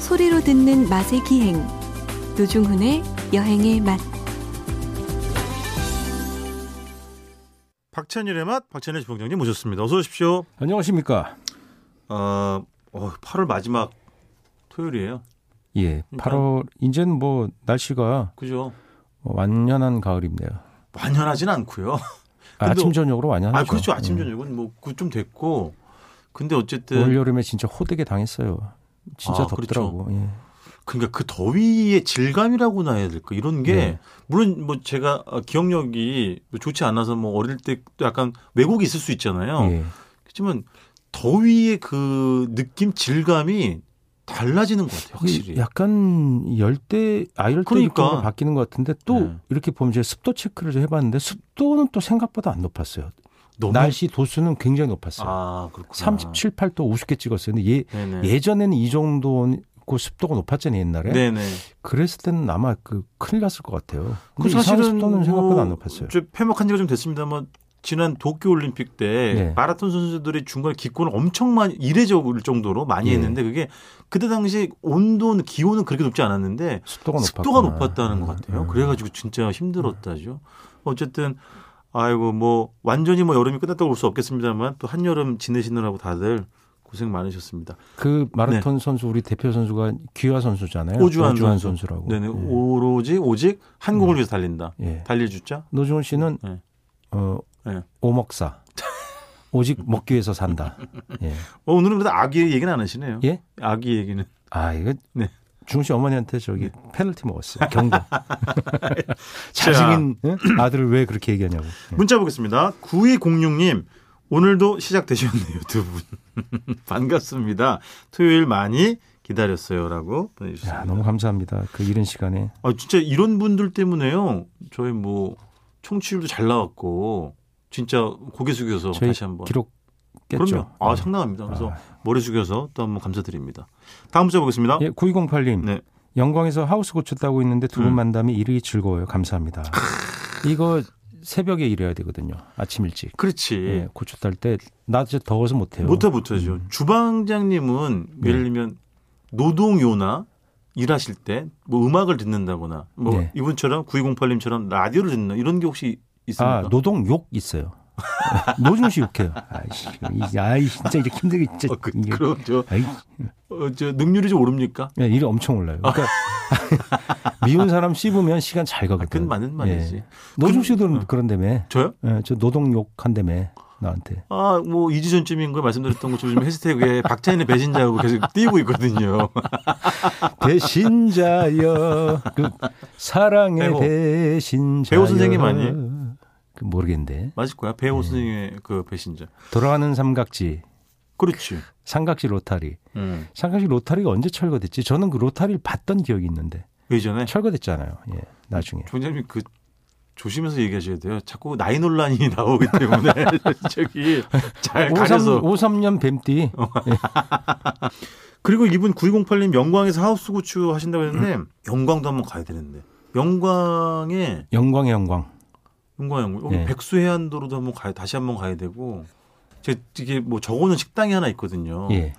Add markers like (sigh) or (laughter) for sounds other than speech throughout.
소리로 듣는 맛의 기행 노중훈의 여행의 맛 박찬일의 맛, 박찬일 주방장님 모셨습니다. 어서 오십시오. 안녕하십니까? 어, 어, 8월 마지막 토요일이에요. 예, 일단- 8월 이제는 뭐 날씨가 그죠? 완연한 가을입니다. 완연하진 않고요. 아, 근데 아침 저녁으로 완연하죠. 아, 그렇죠. 아침 음. 저녁은 뭐그좀 됐고. 근데 어쨌든 올 여름에 진짜 호되게 당했어요. 진짜 아, 덥더라고. 예. 그러니까 그 더위의 질감이라고나 해야 될까 이런 게 네. 물론 뭐 제가 어, 기억력이 좋지 않아서 뭐 어릴 때 또 약간 왜곡이 있을 수 있잖아요. 예. 그렇지만 더위의 그 느낌 질감이 달라지는 것 같아요. 확실히. 약간 열대 아열대 그러니까. 느낌으로 바뀌는 것 같은데 또 네. 이렇게 보면 제가 습도 체크를 좀 해봤는데 습도는 또 생각보다 안 높았어요. 너무 날씨 도수는 굉장히 높았어요. 아 그렇구나. 37, 8도 우습게 찍었어요. 근데 예, 네네. 예전에는 이 정도고 습도가 높았잖아요 옛날에. 네네. 그랬을 때는 아마 그 큰일 났을 것 같아요. 그 근데 사실은 이상한 습도는 생각보다 안 뭐 높았어요. 저 폐막한 지가 좀 됐습니다만 지난 도쿄 올림픽 때 네. 마라톤 선수들이 중간에 기권을 엄청 많이 이례적일 정도로 많이 예. 했는데 그게 그때 당시 온도는 기온은 그렇게 높지 않았는데 습도가 네. 높았 습도가 높았다는 것 같아요. 그래가지고 진짜 네. 힘들었다죠. 어쨌든 아이고 뭐 완전히 뭐 여름이 끝났다고 볼 수 없겠습니다만 또 한여름 지내시느라고 다들 고생 많으셨습니다. 그 마라톤 선수 우리 대표 선수가 귀화 선수잖아요. 네. 오주환, 네, 선수. 라고 네네 예. 오로지 오직 한국을 위해서 달린다. 예. 달릴 주자. 노중훈 씨는 네. 어, 네. 오먹사. 오직 먹기 (laughs) 위해서 산다. 예. 어, 오늘은 그래도 아기 얘기는 안 하시네요. 예? 아기 얘기는. 아 이거 네. 중훈 씨 어머니한테 저기 페널티 먹었어요. (laughs) 경고. 자식인 응? 아들을 왜 그렇게 얘기하냐고. 예. 문자 보겠습니다. 9206님, 오늘도 시작되셨네요, 두 분. (laughs) 반갑습니다. 토요일 많이 기다렸어요. 라고 예. 야, 보내주셨습니다. 너무 감사합니다. 그 이른 시간에 아, 진짜 이런 분들 때문에요. 저희 뭐, 청취율도 잘 나왔고, 진짜 고개 숙여서 저희 다시 한번. 기록 깼죠. 그럼요. 아, 예. 상당합니다. 그래서 아. 머리 숙여서 또 한번 감사드립니다. 다음 문자 보겠습니다. 예, 9208님. 네. 영광에서 하우스 고추 따고 있는데 두 분 음. 만남이 일이 즐거워요. 감사합니다. 이거 새벽에 일해야 되거든요. 아침 일찍. 그렇지. 예, 고추 딸 때 나 진짜 더워서 못해요. 아, 음. 못해 못하죠. 주방장님은 예를 네. 들면 노동요나 일하실 때 뭐 음악을 듣는다거나 뭐 네. 이분처럼 9208님처럼 라디오를 듣는 이런 게 혹시 있습니까? 아 노동 욕 있어요. (laughs) 노중 씨 욕해요. 아이씨, 이- 아이 진짜 이렇게 힘들게 진짜. 어, 그, 이게- 럼 저, 아이, 어, 저 능률이 좀 오릅니까? 예, 일이 엄청 올라요. 그러니까 (laughs) 미운 사람 씹으면 시간 잘 아, 가거든. 그건 맞는 말이지. 예. 노중 그- 씨도 어. 그런다며. 저요? 예, 저 노동 욕한다며 나한테. 아, 뭐 2주 전쯤인 거 말씀드렸던 것처럼 요즘 해시태그에 (laughs) 박찬인의 배신자하고 계속 띄우고 있거든요. (laughs) 대신자여 그 사랑의 배우. 대신자 배우 선생님 아니에요? 그 모르겠는데 맞을 거야. 배우 선생님의 그 배신자. 돌아가는 삼각지 그렇지. 삼각지 로타리 음. 삼각지 로타리가 언제 철거됐지 저는 그 로타리를 봤던 기억이 있는데 예전에 철거됐잖아요 예 나중에 총장님 그 조심해서 얘기하셔야 돼요. 자꾸 나이 논란이 (laughs) 나오기 때문에 저기 잘 네, 가려서 어. 53, 년 뱀띠 그리고 이분 9208님 영광에서 하우스 구추 하신다고 했는데 영광도 한번 가야 되는데 영광에 영광의 영광 영광 영광 여기 네. 백수해안도로도 한번 가야 다시 한번 가야 되고 제 이게 뭐 적어놓은 식당이 하나 있거든요. 예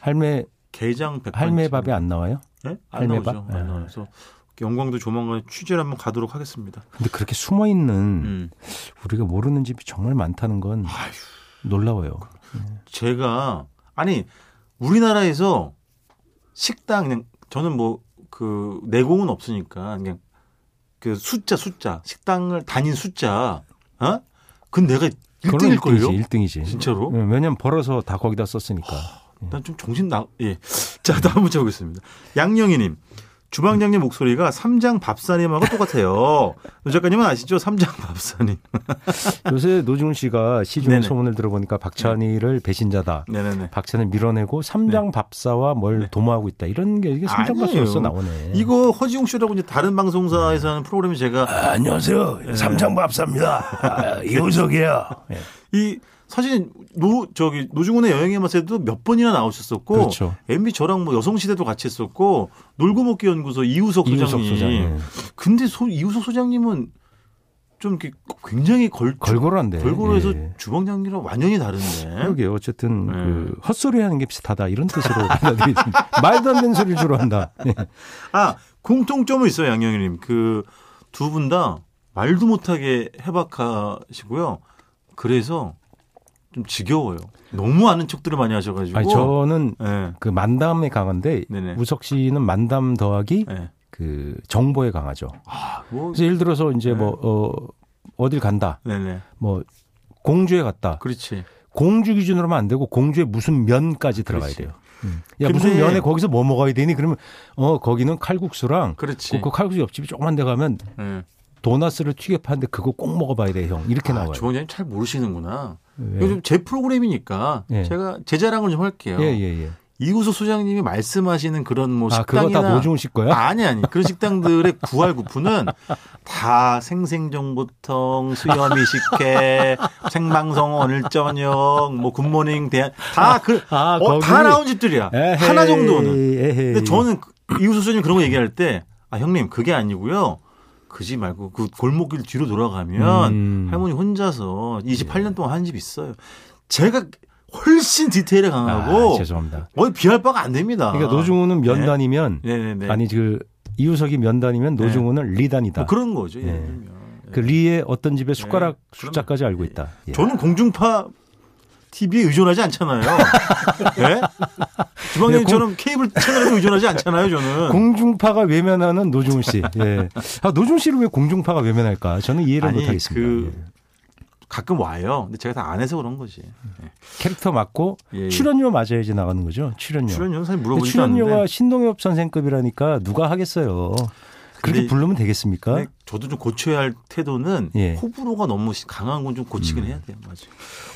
할매 게장 어. 백반 할매밥이 안 나와요 네? 안 할매밥? 나오죠. 안 아. 나와서 영광도 조만간 취재를 한번 가도록 하겠습니다. 근데 그렇게 숨어 있는 음. 우리가 모르는 집이 정말 많다는 건 아휴. 놀라워요 제가 아니 우리나라에서 식당 그냥 저는 뭐 그 내공은 없으니까 그냥 그 숫자 숫자 식당을 다닌 숫자 어? 그 내가 그거는 1등일 걸요. 1등이지 예, 진짜로? 왜냐면 벌어서 다 거기다 썼으니까 난 좀 정신 나 예. (laughs) 자, 다음 문자 보겠습니다. 양영희 님. 주방장님 목소리가 삼장 밥사님하고 똑같아요. 노 작가님은 아시죠? 삼장 밥사님. 요새 노중훈 씨가 시중에 네네. 소문을 들어보니까 박찬희를 배신자다. 네네네. 박찬희 밀어내고 삼장 밥사와 뭘 도모하고 있다. 이런 게 이게 삼장 아니에요. 밥사로서 나오네. 이거 허지웅 씨라고 이제 다른 방송사에서 하는 프로그램이 제가 아, 안녕하세요. 삼장 밥사입니다. 아, 이호석이에요. 네. 이 사실 노 저기 노중훈의 여행의 맛에도 몇 번이나 나오셨었고 그렇죠. MB 저랑 뭐 여성시대도 같이 했었고 놀고 먹기 연구소 이우석 소장님. 이호석 소장님. 근데 소, 이우석 소장님은 좀 이렇게 굉장히 걸 걸걸한데. 걸고로해서 예. 주방장기랑 완전히 다른데. 그러게요. 어쨌든 네. 그 헛소리 하는 게 비슷하다 이런 뜻으로 (laughs) 받아들이니다 말도 안 되는 소리를 주로 한다. 예. 아 공통점은 있어요, 양영희님. 그 두 분 다 말도 못하게 해박하시고요. 그래서 좀 지겨워요. 너무 아는 척들을 많이 하셔가지고. 아니 저는 예. 그 만담에 강한데 네네. 우석 씨는 만담 더하기 예. 그 정보에 강하죠. 아, 뭐. 그래서 예를 들어서 이제 네. 뭐 어, 어딜 간다. 네네. 뭐 공주에 갔다. 그렇지. 공주 기준으로 하면 안 되고 공주에 무슨 면까지 들어가야 그렇지. 음. 돼요. 음. 야 무슨 근데- 면에 거기서 뭐 먹어야 되니? 그러면 어 거기는 칼국수랑 그렇지. 그, 그 칼국수 옆집이 조금만 데 가면 예. 도나스를 튀겨 파는데 그거 꼭 먹어봐야 돼 형. 이렇게 아, 나와요. 주방장님 잘 모르시는구나. 예. 요즘 제 프로그램이니까 예. 제가 제 자랑을 좀 할게요. 예, 예, 예. 이구수 소장님이 말씀하시는 그런 뭐 아, 그거 다 식당이나 노중훈 씨 거야? 아, 아니 아니 그런 식당들의 구할 구분은 다 생생정보통 수염이 (laughs) 식혜 생방송 오늘 저녁 뭐 굿모닝 대한 다그다 아, 나온 집들이야 에헤이, 아, 하나 정도는 에헤이. 근데 저는 그- 이구수 소장님 그런 거 얘기할 때 아 형님 그게 아니고요 그 집 말고 그 골목길 뒤로 돌아가면 음. 예. 할머니 혼자서 28년 동안 한 집 있어요 제가 훨씬 디테일에 강하고 아, 죄송합니다. 거의 비할 바가 안 됩니다. 네. 그러니까 노중훈은 면단이면 네네네. 아니 그 이우석이 면단이면 네. 노중훈은 리단이다. 뭐 그런 거죠. 예를 네. 들면. 예. 그 리의 어떤 집의 그럼요. 숟가락 숫자까지 알고 있다. 예. 저는 공중파 TV에 의존하지 않잖아요. (laughs) 예? 네, 주방장님처럼 케이블 채널에 의존하지 않잖아요. (laughs) 저는. 공중파가 외면하는 노중훈 씨. 예. 아, 노중훈 씨를 왜 공중파가 외면할까? 저는 이해를 아니, 못하겠습니다. 그- 예. 가끔 와요. 근데 제가 다 안 해서 그런 거지. 예. 캐릭터 맞고 예, 예. 출연료 맞아야지 나가는 거죠. 출연료. 출연료는 사실 음. 근데 물어보지도 출연료가 않는데. 신동엽 선생급이라니까 누가 하겠어요. 그렇게 근데- 부르면 되겠습니까? 근데 저도 좀 고쳐야 할 태도는 예. 음. 호불호가 너무 시- 강한 건 좀 고치긴 해야 돼요. 맞아.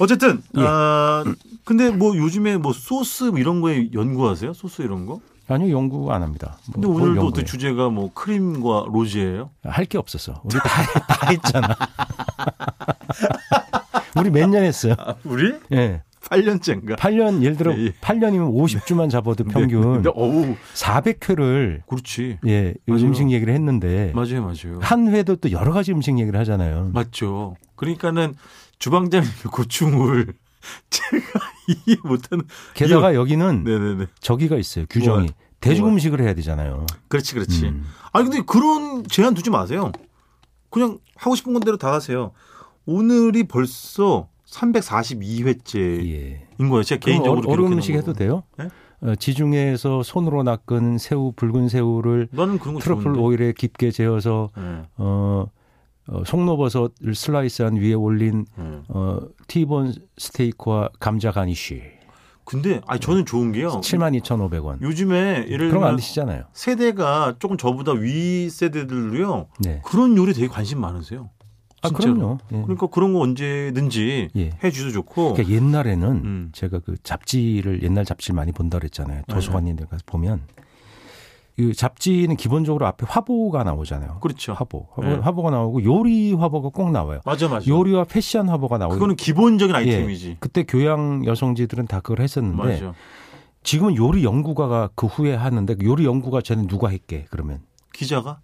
어쨌든 예. 아, 근데 뭐 요즘에 뭐 소스 이런 거에 연구하세요? 소스 이런 거? 아니요 연구 안 합니다. 뭐, 근데 뭘 오늘도 연구해요. 어떤 주제가 뭐 크림과 로즈예요? 할 게 없었어. 우리 다, (laughs) 다 했잖아. 우리 몇 년 했어요? 아, 우리 예. 8년째인가? 8년, 예를 들어 예, 예. 8년이면 50주만 잡아도 평균 근데 어우, 400회를 그렇지. 예, 요 맞아요. 음식 얘기를 했는데 맞아요, 맞아요. 한 회도 또 여러 가지 음식 얘기를 하잖아요. 맞죠. 그러니까는 주방장님의 고충을 (laughs) 제가 이해 못하는. 게다가 이거- 여기는 네네네. 저기가 있어요. 규정이. 뭐야? 대중 뭐야? 음식을 해야 되잖아요. 그렇지, 그렇지. 음. 아니 근데 그런 제한 두지 마세요. 그냥 하고 싶은 건대로 다 하세요. 오늘이 벌써 342회째인 예. 거예요. 제가 그럼 개인적으로 어- 어려운 기록해놓은 음식 해도 거고. 돼요? 네? 어, 지중해에서 손으로 낚은 새우, 붉은 새우를 나는 그런 거 트러플 음, 좋은데. 오일에 깊게 재워서 예, 어, 어, 송로버섯을 슬라이스한 위에 올린 예. 어, 티본 스테이크와 감자 가니쉬 근데 아니 저는 좋은 게요. 72,500원. 어. 요즘에 예를 그럼 안 들면 드시잖아요. 세대가 조금 저보다 위 세대들도요 네. 그런 요리 되게 관심 많으세요. 아, 진짜로. 그럼요. 예. 그러니까 그런 거 언제든지 예. 해 주셔도 좋고. 그러니까 옛날에는 음. 제가 그 잡지를 옛날 잡지를 많이 본다 그랬잖아요. 네. 도서관인데 가서 보면 이 잡지는 기본적으로 앞에 화보가 나오잖아요. 그렇죠. 화보. 화보 네. 화보가 나오고 요리 화보가 꼭 나와요. 맞아 맞아. 요리와 패션 화보가 나오고 그거는 기본적인 예. 음, 아이템이지. 그때 교양 여성지들은 다 그걸 했었는데 맞아. 지금은 요리 연구가가 그 후에 하는데 요리 연구가 쟤는 누가 했게 그러면 기자가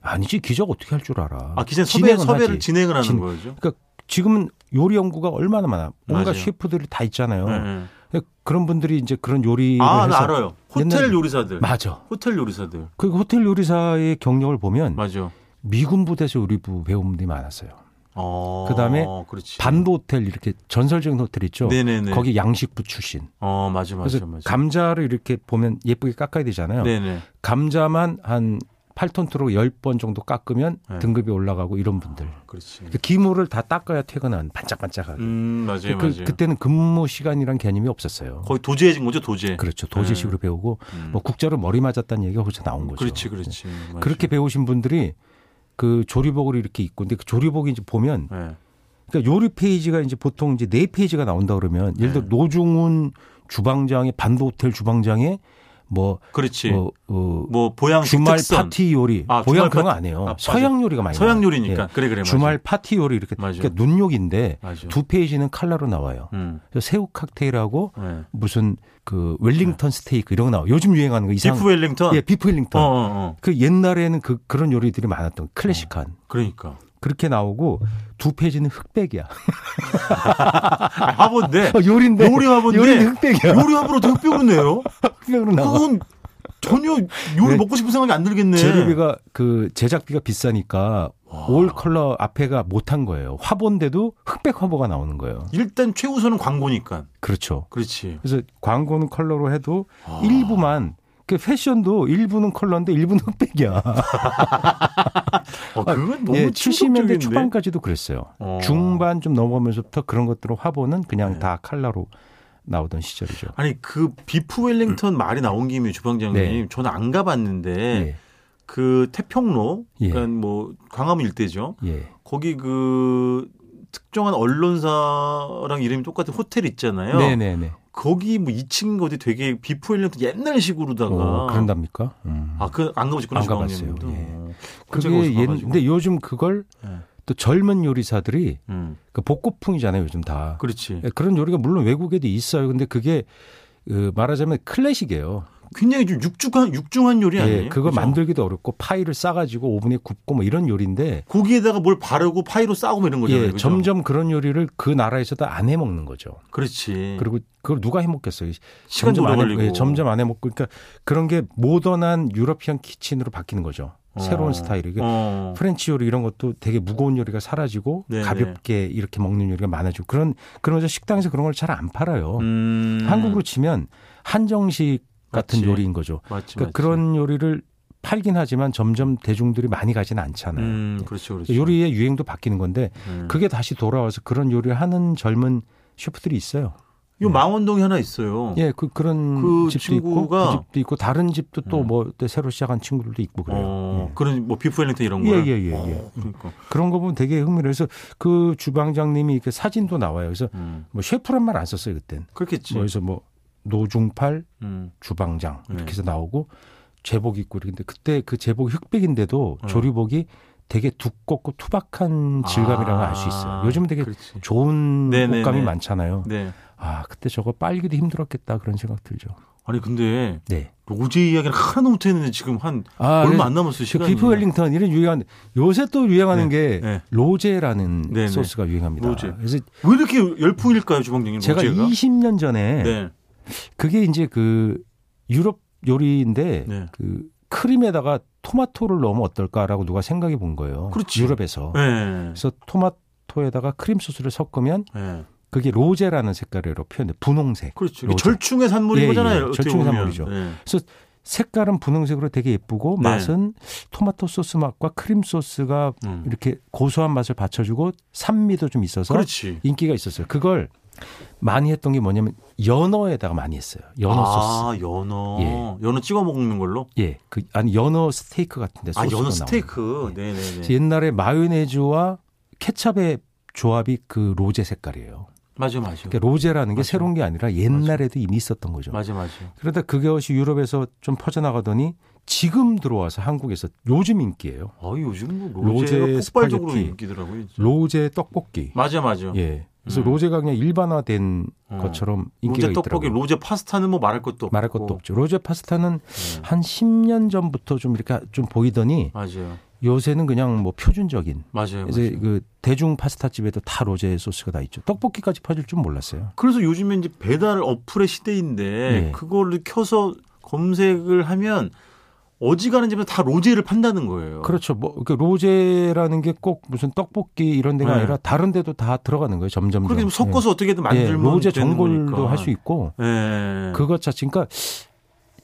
아니지 기자가 어떻게 할 줄 알아? 아 기자 섭외 음. 진행은 섭외를 하지. 진행을 하는 진- 거죠. 그러니까 지금은 요리 연구가 얼마나 많아? 온갖 맞아요. 셰프들이 다 있잖아요. 예, 그런 분들이 어. 이제 그런 요리를 예. 아, 해서 나 알아요. 호텔 옛날에- 요리사들. 맞아. 호텔 요리사들. 그 호텔 요리사의 경력을 보면 맞아. 미군 부대에서 요리부 배운 분들이 많았어요. 어. 그다음에 그렇지. 반도 호텔 이렇게 전설적인 호텔 있죠. 네네네. 거기 양식부 출신. 어, 맞아 맞아 그래서 맞아. 감자를 이렇게 보면 예쁘게 깎아야 되잖아요. 네네. 감자만 한 8톤트로 10번 정도 깎으면 네. 등급이 올라가고 이런 분들. 그렇지. 그 기물을 다 닦아야 퇴근한 반짝반짝하게. 음, 맞아요 그, 맞아요. 그때는 근무 시간이란 개념이 없었어요. 거의 도제해진 거죠, 도제. 그렇죠. 도제식으로 배우고 음. 뭐 국자로 머리 맞았다는 얘기가 거기서 나온 거죠. 예. 그렇지, 그렇지. 맞아요. 그렇게 배우신 분들이 그 조리복을 이렇게 입고 근데 그 조리복이 이제 보면 예. 그러니까 요리 페이지가 이제 보통 이제 네 페이지가 나온다 그러면 예를 들어 네. 노중훈 주방장의 반도 호텔 주방장의 뭐 그렇지. 어, 어, 뭐 보양식 주말 특선. 파티 요리 아, 보양 주말 그런 파티. 거안 해요. 아, 맞아. 서양 요리가 많이 서양 나와요. 요리니까 예. 그래 그래 맞아. 주말 파티 요리 이렇게 맞아요. 그러니까 눈욕인데 맞아. 두 페이지는 칼라로 나와요. 음. 그래서 새우 칵테일하고 네. 무슨 그 웰링턴 스테이크 이런 거 나와. 요 요즘 유행하는 거 이상. 비프 웰링턴. 예, 비프 웰링턴. 어, 어, 어. 그 옛날에는 그 그런 요리들이 많았던 클래식한. 그러니까. 그렇게 나오고 두 페이지는 흑백이야. 아, 화보인데 요리인데 요리 화보인데 요리는 (laughs) 흑백이야. 요리 화보로 되게 뼈군네요. 흑백으로 (laughs) 나와. 그건 전혀 요리 네. 먹고 싶은 생각이 안 들겠네. 재료비가 그 제작비가 비싸니까 와. 올 컬러 앞에가 못한 거예요. 화본데도 흑백 화보가 나오는 거예요. 일단 최우선은 광고니까. 그렇죠. 그렇지. 그래서 광고는 컬러로 해도 일부만 그 패션도 일부는 컬러인데 일부는 흑백이야. 어, 그건 너무 예, 70년대 충격적인데. 초반까지도 그랬어요. 어. 중반 좀 넘어가면서부터 그런 것들로 화보는 그냥 네. 다 칼라로 나오던 시절이죠. 아니 그 비프 웰링턴 말이 나온 김에 주방장님, 음. 네. 저는 안 가봤는데 예. 그 태평로, 예. 그러니까 뭐 광화문 일대죠. 예. 거기 그 특정한 언론사랑 이름이 똑같은 호텔 있잖아요. 네, 네, 네. 거기 뭐 2층 거기 되게 비포 일렉트 옛날식으로다가 어, 그런답니까? 음. 아, 그 안 가보셨구나 안 주방장님도. 가봤어요. 예. 어, 깜짝 그게 놀라서 옛, 가가지고. 근데 요즘 그걸 예. 또 젊은 요리사들이 음. 그 복고풍이잖아요, 요즘 다. 그렇지. 예, 그런 요리가 물론 외국에도 있어요. 근데 그게 그 말하자면 클래식이에요. 굉장히 좀 육중한 육중한 요리 아니에요? 예, 그거 그죠? 만들기도 어렵고 파이를 싸가지고 오븐에 굽고 뭐 이런 요리인데 고기에다가 뭘 바르고 파이로 싸고 뭐 이런 거잖아요. 예, 그죠? 점점 그런 요리를 그 나라에서도 안 해 먹는 거죠. 그렇지. 그리고 그걸 누가 해 먹겠어요? 예. 시간도 점점 오래 안 해- 걸리고. 예, 점점 안 해 먹고 그러니까 그런 게 모던한 유러피안 키친으로 바뀌는 거죠. 어. 새로운 스타일이. 그 어. 프렌치 요리 이런 것도 되게 무거운 요리가 사라지고 네네. 가볍게 이렇게 먹는 요리가 많아지고 그런 그러면서 식당에서 그런 걸 잘 안 팔아요. 음. 한국으로 치면 한정식 같은 맞지. 요리인 거죠. 맞지, 그러니까 맞지. 그런 요리를 팔긴 하지만 점점 대중들이 많이 가진 않잖아요. 음, 그렇죠. 그렇죠. 요리의 유행도 바뀌는 건데 음. 그게 다시 돌아와서 그런 요리를 하는 젊은 셰프들이 있어요. 요 망원동에 하나 있어요. 예, 그 그런 그 집도 친구가- 있고 그 집도 있고 다른 집도 또 음. 뭐 새로 시작한 친구들도 있고 그래요. 어, 예. 그런 뭐 비프 웰링턴 이런 예, 거요. 예, 예, 예. 어, 그러니까. 그런 거 보면 되게 흥미로워서 그 주방장님이 이렇게 사진도 나와요. 그래서 음. 뭐 셰프란 말 안 썼어요 그땐. 그렇겠지. 뭐 그래서 뭐 노중팔 음. 주방장 네. 이렇게 해서 나오고 제복 입고 이렇게 근데 그때 그 제복이 흑백인데도 음. 조리복이 되게 두껍고 투박한 질감이라는 걸 알 수 있어요. 아, 요즘 되게 그렇지. 좋은 네네네. 옷감이 많잖아요. 네. 아 그때 저거 빨기도 힘들었겠다 그런 생각 들죠. 아니 근데 네. 로제 이야기를 하나도 못했는데 지금 한 아, 얼마 안 남았어요 그 시간이. 비프 웰링턴 이런 유행한 요새 또 유행하는 게 네. 로제라는 네, 네. 소스가 유행합니다. 로제. 그래서 왜 이렇게 열풍일까요, 주방장님? 제가 로제가? 20년 전에 네. 그게 이제 그 유럽 요리인데 네. 그 크림에다가 토마토를 넣으면 어떨까라고 누가 생각해 본 거예요. 그렇지. 유럽에서. 네. 그래서 토마토에다가 크림 소스를 섞으면 네. 그게 로제라는 색깔로 표현돼 분홍색. 그렇죠. 로제. 절충의 산물인 예, 예. 거잖아요. 어떻게 절충의 보면. 산물이죠. 네. 색깔은 분홍색으로 되게 예쁘고 네. 맛은 토마토 소스 맛과 크림 소스가 음. 이렇게 고소한 맛을 받쳐주고 산미도 좀 있어서 그렇지. 인기가 있었어요. 그걸 많이 했던 게 뭐냐면 연어에다가 많이 했어요. 연어 소스. 아, 연어. 연어 찍어 먹는 걸로? 예, 그 아니 연어 스테이크 같은데 아, 소스로 연어 나오는 예. 스테이크. 네, 네, 그래서 네. 옛날에 마요네즈와 케첩의 조합이 그 로제 색깔이에요. 맞아, 맞아. 그러니까 로제라는 게 네. 맞아. 새로운 게 아니라 옛날에도 이미 있었던 거죠. 맞아, 맞아. 그러다 그것이 유럽에서 좀 퍼져나가더니 지금 들어와서 한국에서 요즘 인기예요. 아, 요즘 뭐 로제 로제가 폭발적으로 스파게티. 인기더라고요. 진짜. 로제 떡볶이. 맞아, 맞아. 예. 그래서 음. 로제가 그냥 일반화된 어. 것처럼 인기가 로제 떡볶이, 있더라고요. 로제 파스타는 뭐 말할 것도 없고. 말할 것도 없죠. 로제 파스타는 네. 한 10년 전부터 좀 이렇게 좀 보이더니 맞아요. 요새는 그냥 뭐 표준적인 맞아요. 그렇죠. 이제 맞아요. 그 대중 파스타 집에도 다 로제 소스가 다 있죠. 떡볶이까지 퍼질 줄 몰랐어요. 그래서 요즘에 이제 배달 어플의 시대인데 네. 그거를 켜서 검색을 하면 어지간한 집에서 다 로제를 판다는 거예요. 그렇죠. 뭐그 로제라는 게 꼭 무슨 떡볶이 이런 데가 네. 아니라 다른 데도 다 들어가는 거예요. 점점. 예. 그렇게 좀 섞어서 어떻게든 만들면 네. 로제 되는 전골도 거니까. 할 수 있고 예. 그것 자체 그러니까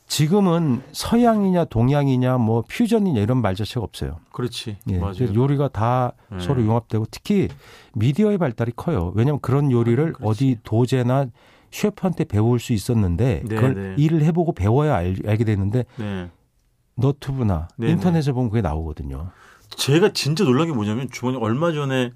지금은 서양이냐 동양이냐 뭐 퓨전이냐 이런 말 자체가 없어요. 그렇지. 예. 맞아요. 요리가 다 네. 서로 융합되고 특히 미디어의 발달이 커요. 왜냐하면 그런 요리를 아, 그렇지. 어디 도제나 셰프한테 배울 수 있었는데 네, 그걸 네. 일을 해보고 배워야 알, 알게 되는데 네. 너튜브나 네, 네. 인터넷에 보면 그게 나오거든요. 제가 진짜 놀란 게 뭐냐면 주머니 얼마 전에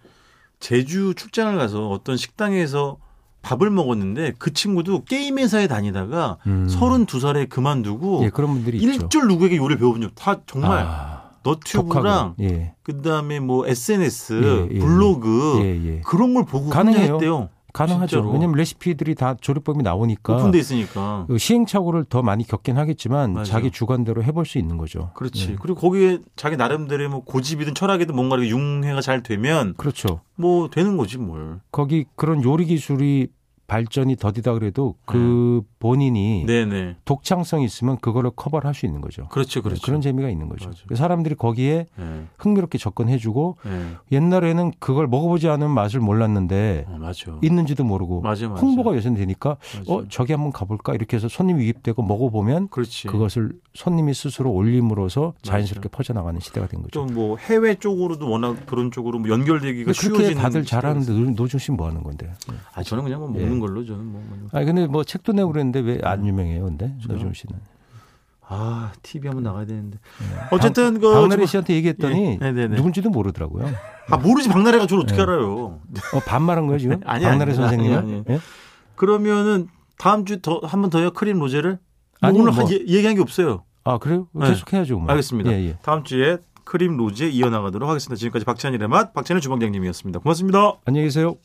제주 출장을 가서 어떤 식당에서 밥을 먹었는데 그 친구도 게임 회사에 다니다가 음. 32살에 그만두고 예, 그런 분들이 있죠. 일절 누구에게 요리를 배워본 적 다 정말 아, 독하고. 너튜브랑 예, 그다음에 뭐 SNS 예, 예, 블로그 예, 예. 그런 걸 보고 가능해요. 가능했대요. 가능하죠. 진짜로. 왜냐하면 레시피들이 다 조리법이 나오니까 오픈돼 있으니까. 그 시행착오를 더 많이 겪긴 하겠지만 맞아요. 자기 주관대로 해볼 수 있는 거죠. 그렇지. 네. 그리고 거기에 자기 나름대로 뭐 고집이든 철학이든 뭔가 이렇게 융해가 잘 되면 그렇죠. 뭐 되는 거지 뭘. 거기 그런 요리 기술이 발전이 더디다 그래도 그 본인이 네. 네네. 독창성이 있으면 그거를 커버를 할 수 있는 거죠. 그렇죠, 그렇죠. 런 재미가 있는 거죠. 맞아요. 그래서 사람들이 거기에 예, 흥미롭게 접근해주고 예. 옛날에는 그걸 먹어보지 않은 맛을 몰랐는데 어, 맞아. 있는지도 모르고 맞아, 맞아. 홍보가 요새 되니까 맞아. 어 저기 한번 가볼까 이렇게 해서 손님이 유입되고 먹어보면 그렇지. 그것을 손님이 스스로 올림으로서 자연스럽게 퍼져나가는 시대가 된 거죠. 좀 뭐 해외 쪽으로도 워낙 그런 쪽으로 뭐 연결되기가 근데 그렇게 쉬워지는 다들 잘하는데 예. 시대가 노- 노중 씨뭐 하는 건데? 있어요. 아 저는 그냥 뭐 먹는 걸로 저는 뭐. 뭐. 아니 근데 뭐 책도 내고 그랬는데 왜 안 유명해요? 근데 저요? 노중 씨는 아 TV 한번 나가야 되는데. 네. 어쨌든 그 박나래 씨한테 얘기했더니 예, 네네네. 누군지도 모르더라고요. 아 모르지 박나래가 저를 네. 어떻게 알아요? 어, 반말한 거예요 지금? (laughs) 아니, 아니, 박나래 아니, 선생님? 아니, 아니. 예? 그러면은 다음 주 더 한 번 더요 크림 로제를. 뭐 아니요, 오늘 뭐. 한 예- 얘기한 게 없어요. 아 그래요? 네. 계속 해야죠. 뭐. 알겠습니다. 예, 예. 다음 주에 크림 로제 이어나가도록 하겠습니다. 지금까지 박찬일의 맛 박찬일 주방장님이었습니다. 고맙습니다. 안녕히 계세요.